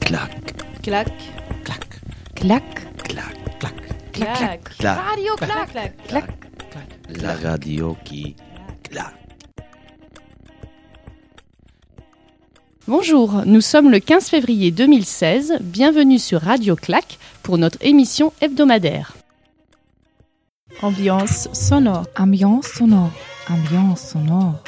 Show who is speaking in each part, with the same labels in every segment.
Speaker 1: Clac,
Speaker 2: Clac,
Speaker 1: clac,
Speaker 3: Clac,
Speaker 1: clac, clac,
Speaker 3: clac, clac,
Speaker 1: Clac.
Speaker 2: Radio clac, clac.
Speaker 3: clac.
Speaker 1: La radio qui clac.
Speaker 3: Bonjour, nous sommes le 15 février 2016. Bienvenue sur Radio Clac pour notre émission hebdomadaire.
Speaker 4: Ambiance sonore.
Speaker 5: Ambiance sonore. Ambiance sonore.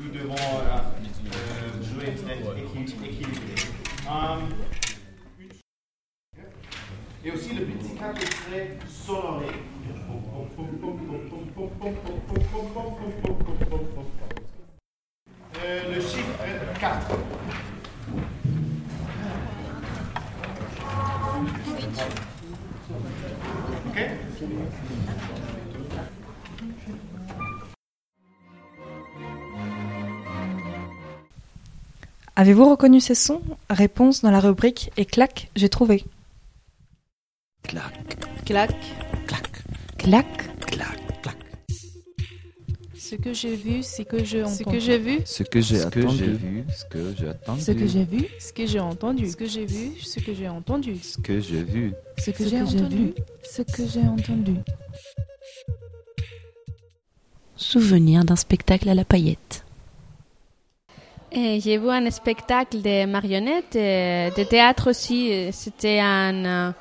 Speaker 6: nous devons euh, euh, jouer être équi- équilibré. Hum, et aussi le petit cap qui serait sonoré. Euh, le chiffre 4. OK
Speaker 4: Avez-vous reconnu ces sons Réponse dans la rubrique et clac, j'ai trouvé.
Speaker 1: Clac,
Speaker 2: Clac.
Speaker 1: clac,
Speaker 5: Clac.
Speaker 1: clac, clac.
Speaker 4: Ce que j'ai vu, c'est que j'ai entendu.
Speaker 2: Ce que j'ai vu,
Speaker 7: Ce que j'ai
Speaker 8: Ce que j'ai
Speaker 7: attendu,
Speaker 8: vu, ce que j'ai attendu,
Speaker 5: Ce que j'ai vu.
Speaker 4: ce que j'ai entendu. Ce que j'ai vu, ce que j'ai entendu.
Speaker 8: ce que j'ai vu,
Speaker 5: Ce que j'ai
Speaker 4: Ce que j'ai
Speaker 5: entendu.
Speaker 4: vu.
Speaker 5: Ce que j'ai entendu.
Speaker 9: Souvenir d'un spectacle à la paillette.
Speaker 10: Et Eh, J'ai vu un spectacle de marionnettes, et de théâtre aussi. C'était un, euh,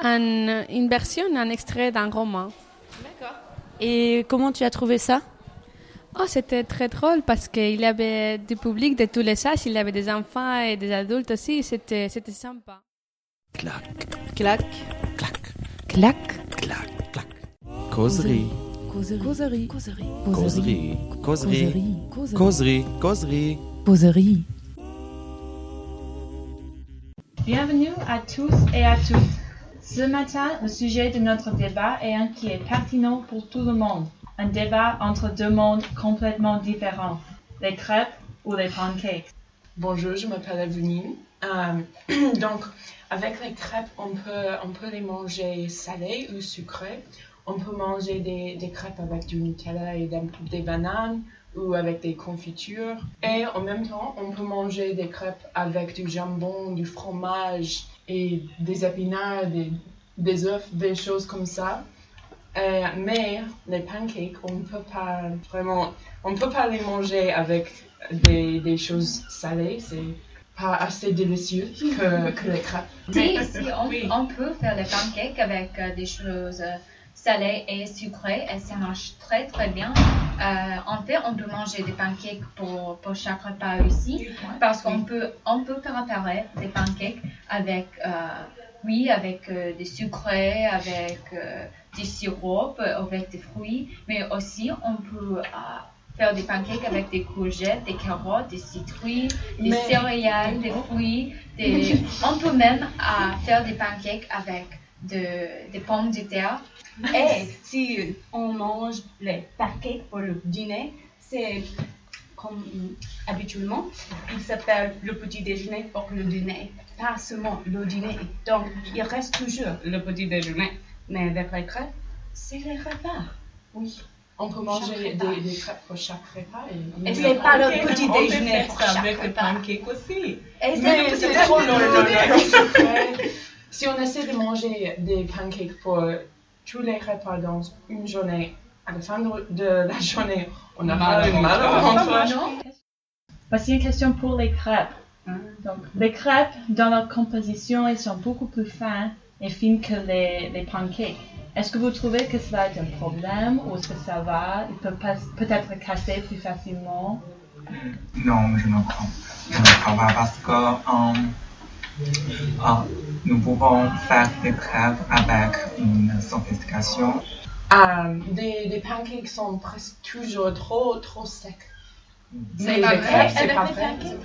Speaker 10: un- une version, un extrait d'un roman.
Speaker 2: Et comment tu as trouvé ça
Speaker 10: Oh, c'était très drôle parce qu'il y avait du public de tous les âges, il y avait des enfants et des adultes aussi. C'était c'était sympa.
Speaker 1: Clac,
Speaker 2: Clac.
Speaker 1: clac,
Speaker 5: Clac.
Speaker 1: clac, clac.
Speaker 8: causerie,
Speaker 5: Causerie.
Speaker 8: causerie, causerie,
Speaker 5: Causerie.
Speaker 8: causerie, causerie.
Speaker 5: Causerie.
Speaker 11: Bienvenue à tous et à toutes. Ce matin, le sujet de notre débat est un qui est pertinent pour tout le monde. Un débat entre deux mondes complètement différents. Les crêpes ou les pancakes.
Speaker 12: Bonjour, je m'appelle Evelyne. Euh, donc, avec les crêpes, on peut, on peut les manger salées ou sucrées. On peut manger des, des crêpes avec du Nutella et des, des bananes ou avec des confitures. Et en même temps, on peut manger des crêpes avec du jambon, du fromage et des épinards, des, des œufs, des choses comme ça. Euh, mais les pancakes, on ne peut pas vraiment, on peut pas les manger avec des, des choses salées, c'est pas assez délicieux que, que les crêpes.
Speaker 11: Si, si, on,
Speaker 12: Oui.
Speaker 11: on peut faire les pancakes avec euh, des choses euh, salées et sucrées et ça marche très très bien. Euh, en fait, on peut manger des pancakes pour, pour chaque repas aussi. Parce qu'on peut, on peut préparer des pancakes avec, euh, oui, avec euh, des sucrés, avec euh, du sirop, euh, avec des fruits, mais aussi on peut euh, faire des pancakes avec des courgettes, des carottes, des citrouilles, des
Speaker 12: Mais-
Speaker 11: céréales, des fruits. Des... on peut même euh, faire des pancakes avec de- des pommes de terre.
Speaker 12: Et si on mange les pancakes pour le dîner, c'est comme habituellement, il s'appelle le petit déjeuner pour le dîner, pas seulement le dîner. Donc, il reste toujours le petit déjeuner. Mais avec les crêpes, c'est les repas. Oui. On peut manger des, des crêpes pour chaque repas. Et, c'est pas le petit déjeuner pour chaque avec les pancakes aussi.
Speaker 11: Et c'est
Speaker 12: Mais
Speaker 11: le petit
Speaker 12: c'est
Speaker 11: déjeuner.
Speaker 12: trop long, non, non, non. Euh, Si on essaie de manger des pancakes pour tous les repas dans une journée, à la fin de, de la journée, on a mal, mal au ventre.
Speaker 11: Voici une question pour les crêpes. Donc, les crêpes, dans leur composition, elles sont beaucoup plus fines et fines que les, les pancakes. Est-ce que vous trouvez que cela est un problème ou est-ce que ça va Ils peuvent pas- peut-être casser plus facilement
Speaker 7: Non, je ne comprends je ne comprends pas parce que euh, euh, nous pouvons faire des crêpes avec une sophistication.
Speaker 12: Euh, des, des pancakes sont presque toujours trop, trop secs. Mais les
Speaker 11: pas
Speaker 12: crêpes,
Speaker 11: vrai.
Speaker 12: c'est
Speaker 11: Avec
Speaker 12: pas
Speaker 11: les
Speaker 12: vrai.
Speaker 11: pancakes,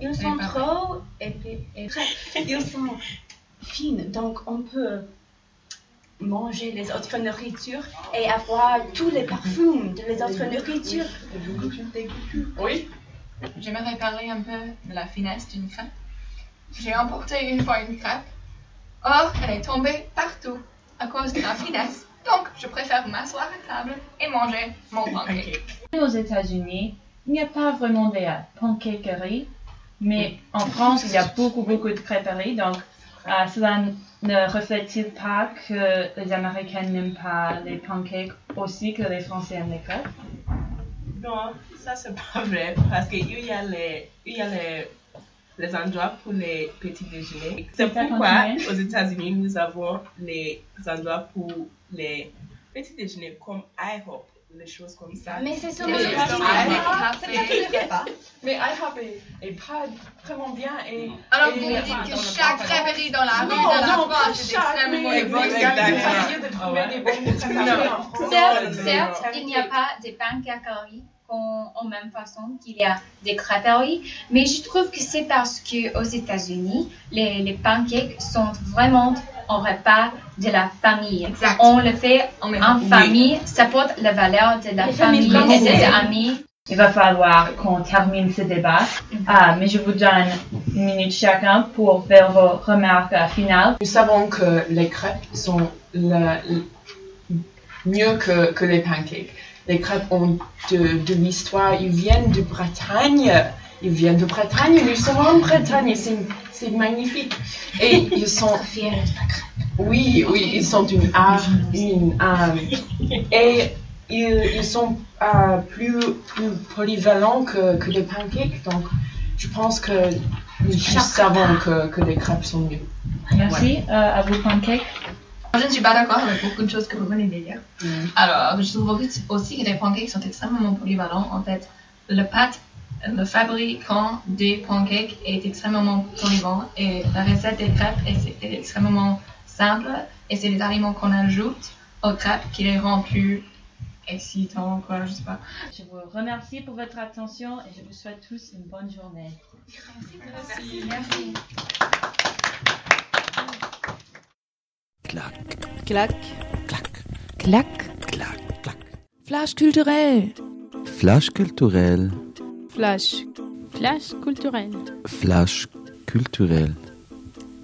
Speaker 11: Ils
Speaker 12: sont
Speaker 11: trop épais et
Speaker 12: Ils sont fines, donc on peut
Speaker 13: manger les autres nourritures et avoir tous les parfums de les autres nourritures.
Speaker 14: Oui. J'aimerais parler un peu de la finesse d'une crêpe. J'ai emporté une fois une crêpe. Or, elle est tombée partout à cause de la finesse. Donc, je préfère m'asseoir à table et manger mon pancake.
Speaker 15: Aux États-Unis, il n'y a pas vraiment de la pancakerie, mais en France, il y a beaucoup, beaucoup de crêperies. Donc, euh, cela ne reflète-t-il pas que les Américains n'aiment pas les pancakes aussi que les Français aiment les crêpes
Speaker 12: Non, ça c'est pas vrai parce qu'il y a les, il y a les, les endroits pour les petits déjeuners. C'est
Speaker 15: C'est ça, hein?
Speaker 12: pourquoi
Speaker 15: continuez.
Speaker 12: aux États-Unis nous avons les endroits pour les petits déjeuners comme IHOP, les choses comme ça.
Speaker 13: Mais c'est sur
Speaker 12: Et
Speaker 13: le
Speaker 12: les
Speaker 13: restaurant,
Speaker 12: restaurants,
Speaker 13: c'est
Speaker 12: c'est-
Speaker 13: pas tous les repas.
Speaker 12: Mais IHOP est, est pas vraiment bien et
Speaker 14: Alors,
Speaker 12: et
Speaker 14: vous
Speaker 12: il est
Speaker 14: me dites
Speaker 12: pas
Speaker 14: que
Speaker 12: dans le
Speaker 14: chaque
Speaker 12: papa.
Speaker 14: crêperie dans la rue,
Speaker 12: Ah Non,
Speaker 14: dans la
Speaker 12: non,
Speaker 14: France,
Speaker 12: pas
Speaker 14: c'est
Speaker 12: chaque,
Speaker 14: extrêmement
Speaker 12: mais-
Speaker 14: évolué.
Speaker 12: mais exactement.
Speaker 14: Vous essayez de
Speaker 12: Ah
Speaker 14: trouver
Speaker 12: ouais.
Speaker 14: des bons
Speaker 12: Non.
Speaker 11: Certes,
Speaker 12: Non,
Speaker 11: certes,
Speaker 12: non.
Speaker 11: il n'y a pas de pancakeries en, en même façon qu'il y a des crêperies, mais je trouve que c'est parce que aux États-Unis, les, les pancakes sont vraiment un repas de la famille. On le fait en
Speaker 15: Oui.
Speaker 11: famille, ça porte la valeur de la
Speaker 15: Les familles
Speaker 11: famille et
Speaker 15: commencent.
Speaker 11: des amis. Mhm.
Speaker 15: Il va falloir qu'on termine ce débat, Ah, mais je vous donne une minute chacun pour faire vos remarques euh, finales.
Speaker 12: Nous savons que les crêpes sont la- l- mieux que, que les pancakes. Les crêpes ont de, de l'histoire, ils viennent de Bretagne. Ils viennent de Bretagne, nous sommes en Bretagne, c'est, c'est magnifique. Et ils sont fiers. Oui, oui, ils sont une art, une âme. Et ils, ils sont euh, plus, plus polyvalents que, que les pancakes, donc je pense que nous tous savons que, que les crêpes sont mieux.
Speaker 15: Merci euh, à vous, Pancake.
Speaker 14: Je ne suis pas d'accord avec beaucoup de choses que vous venez de dire. Alors, je trouve aussi- aussi que les pancakes sont extrêmement polyvalents. En fait, le pâte, le fabricant des pancakes est extrêmement polyvalent et la recette des crêpes est, est extrêmement simple et c'est les aliments qu'on ajoute aux crêpes qui les rend plus excitants, quoi, je sais pas.
Speaker 15: Je vous remercie pour votre attention et je vous souhaite tous une bonne journée.
Speaker 14: Merci.
Speaker 2: Clac.
Speaker 5: Clac.
Speaker 1: Clac, clac.
Speaker 5: Flash culturel.
Speaker 8: Flash culturel.
Speaker 3: Flash.
Speaker 10: Flash culturel.
Speaker 8: Flash culturel.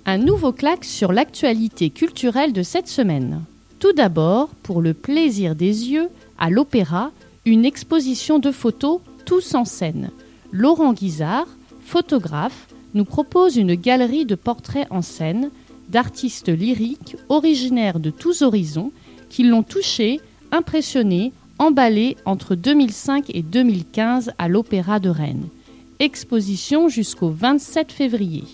Speaker 3: Un nouveau claque sur l'actualité culturelle de cette semaine. Tout d'abord, pour le plaisir des yeux, à l'Opéra, une exposition de photos tous en scène. Laurent Guizard, photographe, nous propose une galerie de portraits en scène d'artistes lyriques originaires de tous horizons qui l'ont touché, impressionné, emballé entre 2005 et 2015 à l'Opéra de Rennes. Exposition jusqu'au 27 février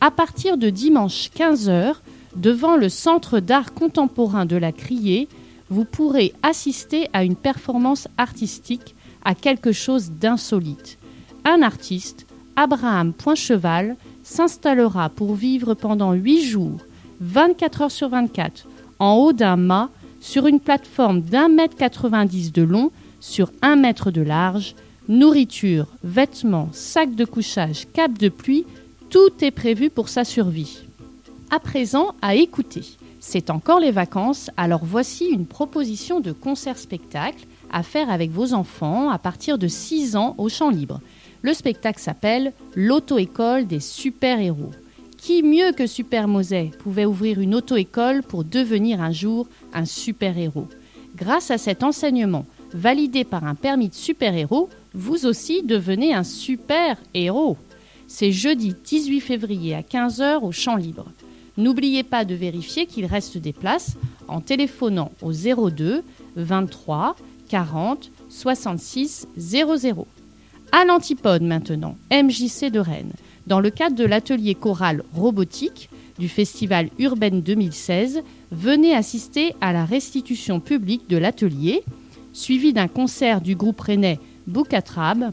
Speaker 3: à partir de dimanche 15h, devant le Centre d'art contemporain de la Criée, vous pourrez assister à une performance artistique, à quelque chose d'insolite. Un artiste, Abraham Poincheval, s'installera pour vivre pendant 8 jours, 24 heures sur 24, en haut d'un mât, sur une plateforme d'un mètre 90 de long, sur 1 mètre de large, nourriture, vêtements, sacs de couchage, cape de pluie, tout est prévu pour sa survie. À présent, à écouter. C'est encore les vacances, alors voici une proposition de concert-spectacle à faire avec vos enfants à partir de 6 ans au champ libre. Le spectacle s'appelle L'auto-école des super-héros. Qui mieux que Super Moset pouvait ouvrir une auto-école pour devenir un jour un super-héros Grâce à cet enseignement, validé par un permis de super-héros, vous aussi devenez un super-héros. C'est jeudi 18 février à 15h au Champ Libre. N'oubliez pas de vérifier qu'il reste des places en téléphonant au 02 23 40 66 00. À l'antipode maintenant, MJC de Rennes, dans le cadre de l'atelier choral robotique du Festival Urbaine 2016, venez assister à la restitution publique de l'atelier, suivi d'un concert du groupe rennais Boucatrab,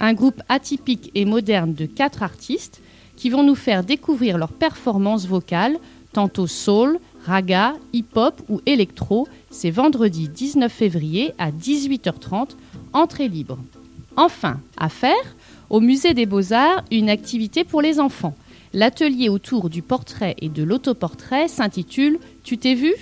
Speaker 3: un groupe atypique et moderne de quatre artistes qui vont nous faire découvrir leurs performances vocales, tantôt soul, raga, hip-hop ou électro. C'est vendredi 19 février à 18h30, entrée libre. Enfin, à faire, au Musée des Beaux-Arts, une activité pour les enfants. L'atelier autour du portrait et de l'autoportrait s'intitule Tu t'es vu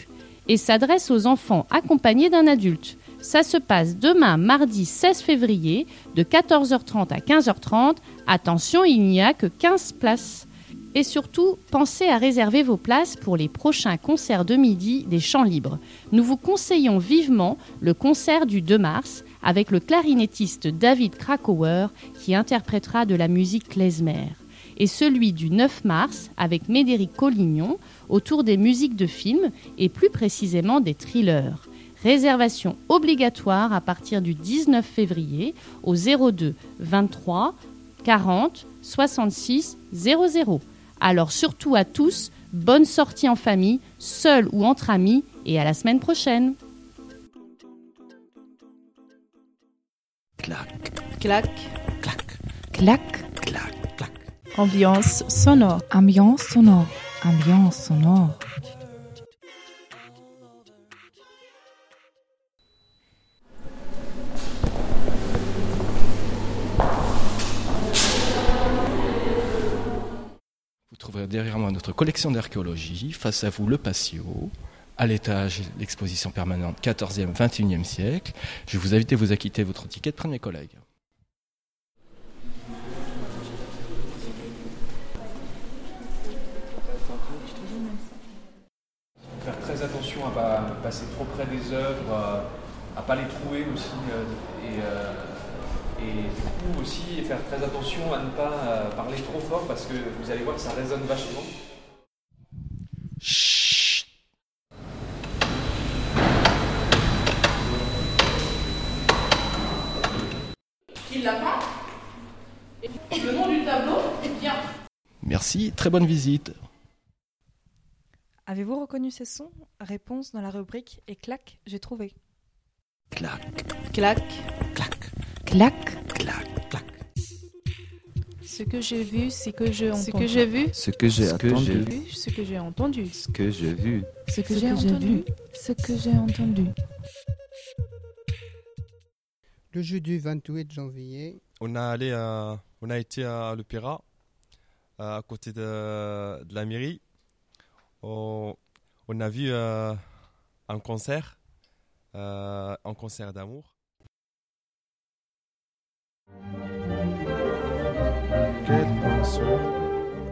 Speaker 3: et s'adresse aux enfants accompagnés d'un adulte. Ça se passe demain, mardi 16 février, de 14h30 à 15h30. Attention, il n'y a que 15 places. Et surtout, pensez à réserver vos places pour les prochains concerts de midi des Champs Libres. Nous vous conseillons vivement le concert du 2 mars avec le clarinettiste David Krakauer qui interprétera de la musique klezmer et celui du 9 mars avec Médéric Collignon autour des musiques de films et plus précisément des thrillers. Réservation obligatoire à partir du 19 février au 02 23 40 66 00. Alors surtout à tous, bonne sortie en famille, seul ou entre amis et à la semaine prochaine.
Speaker 16: Clac,
Speaker 17: Clac.
Speaker 16: clac,
Speaker 4: Clac.
Speaker 16: clac.
Speaker 4: Ambiance sonore. Ambiance sonore. Ambiance sonore.
Speaker 18: Vous trouverez derrière moi notre collection d'archéologie, face à vous le patio, à l'étage l'exposition permanente 14e, 21e siècle. Je vous invite à vous acquitter votre ticket de premier collègue.
Speaker 19: Faut faire très attention à pas passer Bah, trop près des œuvres, euh, à pas les trouer aussi, euh, et, euh, et du coup aussi faire très attention à ne pas euh, parler trop fort parce que vous allez voir que ça résonne vachement.
Speaker 20: Qui l'a peint Et Le nom du tableau est bien.
Speaker 18: Merci, très bonne visite.
Speaker 21: Avez-vous reconnu ces sons Réponse dans la rubrique et clac, j'ai trouvé.
Speaker 17: Clac.
Speaker 4: Clac.
Speaker 22: Ce que j'ai vu, c'est que j'ai entendu.
Speaker 4: Ce que j'ai vu.
Speaker 8: Ce que j'ai
Speaker 4: Ce que
Speaker 8: attendu.
Speaker 4: j'ai vu, ce que j'ai entendu.
Speaker 8: Ce que j'ai vu.
Speaker 4: Ce que j'ai entendu. Ce que j'ai entendu.
Speaker 23: Le jeudi 28 janvier,
Speaker 24: On a allé à- on a été à l'opéra euh, à côté de, de la mairie. On, on a vu euh, un concert, euh, un concert d'amour.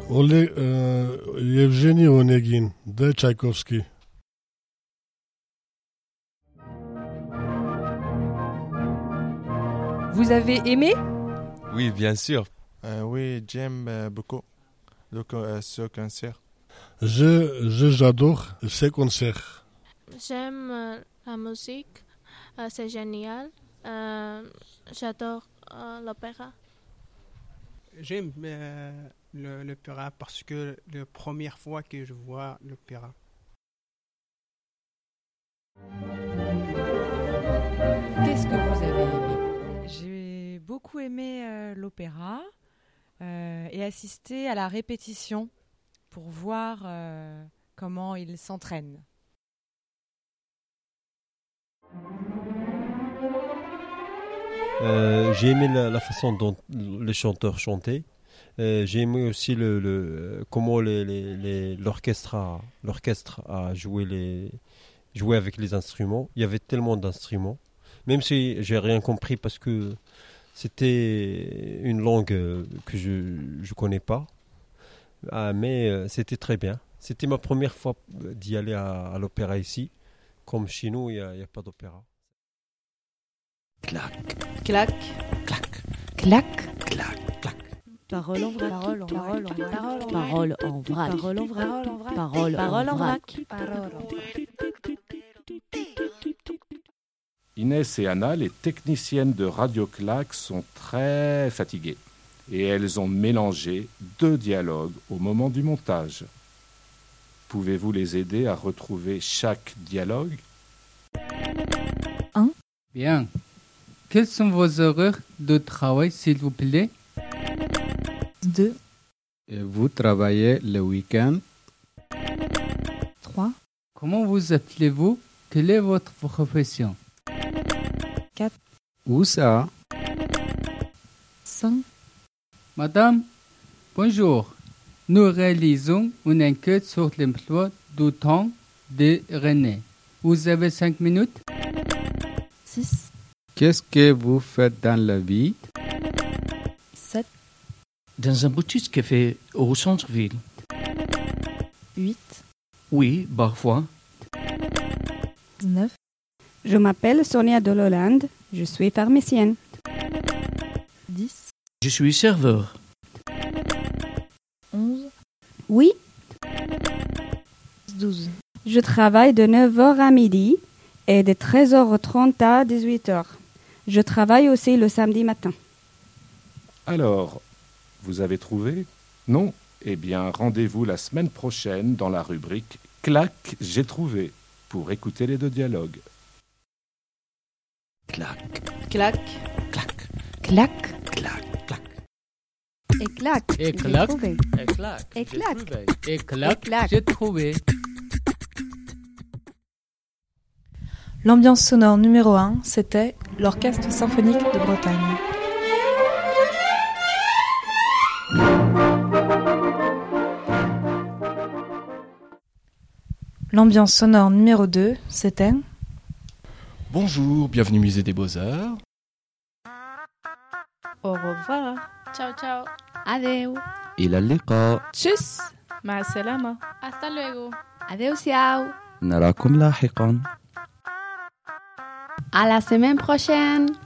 Speaker 25: Олег, э, Евгений Онегин, Д. Чайковский.
Speaker 26: Vous avez aimé
Speaker 24: Oui, bien sûr.
Speaker 27: oui, j'aime euh, beaucoup le, co- euh, ce concert.
Speaker 25: Je, je j'adore ces concerts.
Speaker 28: J'aime euh, la musique, euh, c'est génial. Euh, J'adore euh, l'opéra.
Speaker 10: J'aime euh, le- l'opéra parce que la première fois que je vois l'opéra.
Speaker 29: Qu'est-ce que vous avez aimé J'ai beaucoup aimé euh, l'opéra euh, et assister à la répétition pour voir euh, comment il s'entraîne.
Speaker 11: Euh, j'ai aimé la, la façon dont les chanteurs chantaient. Euh, j'ai aimé aussi le, le- comment les- les- les- l'orchestre a, l'orchestre a joué, les, joué avec les instruments. Il y avait tellement d'instruments. Même si j'ai rien compris parce que c'était une langue euh, que je ne connais pas. Ah, mais euh, c'était très bien. C'était ma première fois euh, d'y aller à, à l'opéra ici. Comme chez nous, il n'y a, il y a pas d'opéra.
Speaker 17: Clac.
Speaker 4: Clac.
Speaker 30: Parole en vrac. Parole en vrac.
Speaker 31: Parole en vrac. Parole en vrac. Parole en vrac.
Speaker 32: Inès et Anna, les techniciennes de Radio Claque, sont très fatiguées. Et elles ont mélangé deux dialogues au moment du montage. Pouvez-vous les aider à retrouver chaque dialogue
Speaker 33: Bien. Quelles sont vos horaires de travail, s'il vous plaît
Speaker 4: Deux.
Speaker 33: Et Vous travaillez le week-end.
Speaker 4: 3,
Speaker 33: Comment vous appelez-vous Quelle est votre profession
Speaker 4: 4,
Speaker 33: Où ça
Speaker 4: 5.
Speaker 33: Madame, bonjour.
Speaker 32: nous réalisons une enquête sur l'emploi du temps de René. Vous avez cinq minutes
Speaker 34: 6,
Speaker 35: Qu'est-ce que vous faites dans la vie
Speaker 34: 7,
Speaker 36: Dans un boutique café au centre-ville.
Speaker 37: 8,
Speaker 36: Oui, parfois.
Speaker 37: 9,
Speaker 10: Je m'appelle Sonia de l'Hollande. Je suis pharmacienne.
Speaker 37: 10,
Speaker 36: Je suis serveur.
Speaker 37: 11,
Speaker 10: Oui,
Speaker 37: 12.
Speaker 10: je travaille de 9h à midi et de 13h30 à 18h. Je travaille aussi le samedi matin.
Speaker 38: Alors, vous avez trouvé Non Eh bien, rendez-vous la semaine prochaine dans la rubrique Clac, j'ai trouvé pour écouter les deux dialogues.
Speaker 8: Clac,
Speaker 39: Clac.
Speaker 37: Clac
Speaker 8: clac,
Speaker 37: et clac.
Speaker 32: Et
Speaker 37: J'ai
Speaker 32: clac.
Speaker 37: trouvé.
Speaker 32: Et clac.
Speaker 37: Et clac.
Speaker 32: Et clac. J'ai trouvé.
Speaker 4: L'ambiance sonore numéro 1, c'était l'Orchestre symphonique de Bretagne. L'ambiance sonore numéro 2, c'était
Speaker 11: Bonjour, bienvenue au Musée des Beaux-Arts.
Speaker 39: Au revoir.
Speaker 25: Ciao, ciao.
Speaker 37: Adeu.
Speaker 8: إلى اللقاء
Speaker 37: Tchuss. Ma salama.
Speaker 25: Hasta luego.
Speaker 37: Adeu, ciao.
Speaker 8: نراكم لاحقاً
Speaker 37: À la semaine prochaine.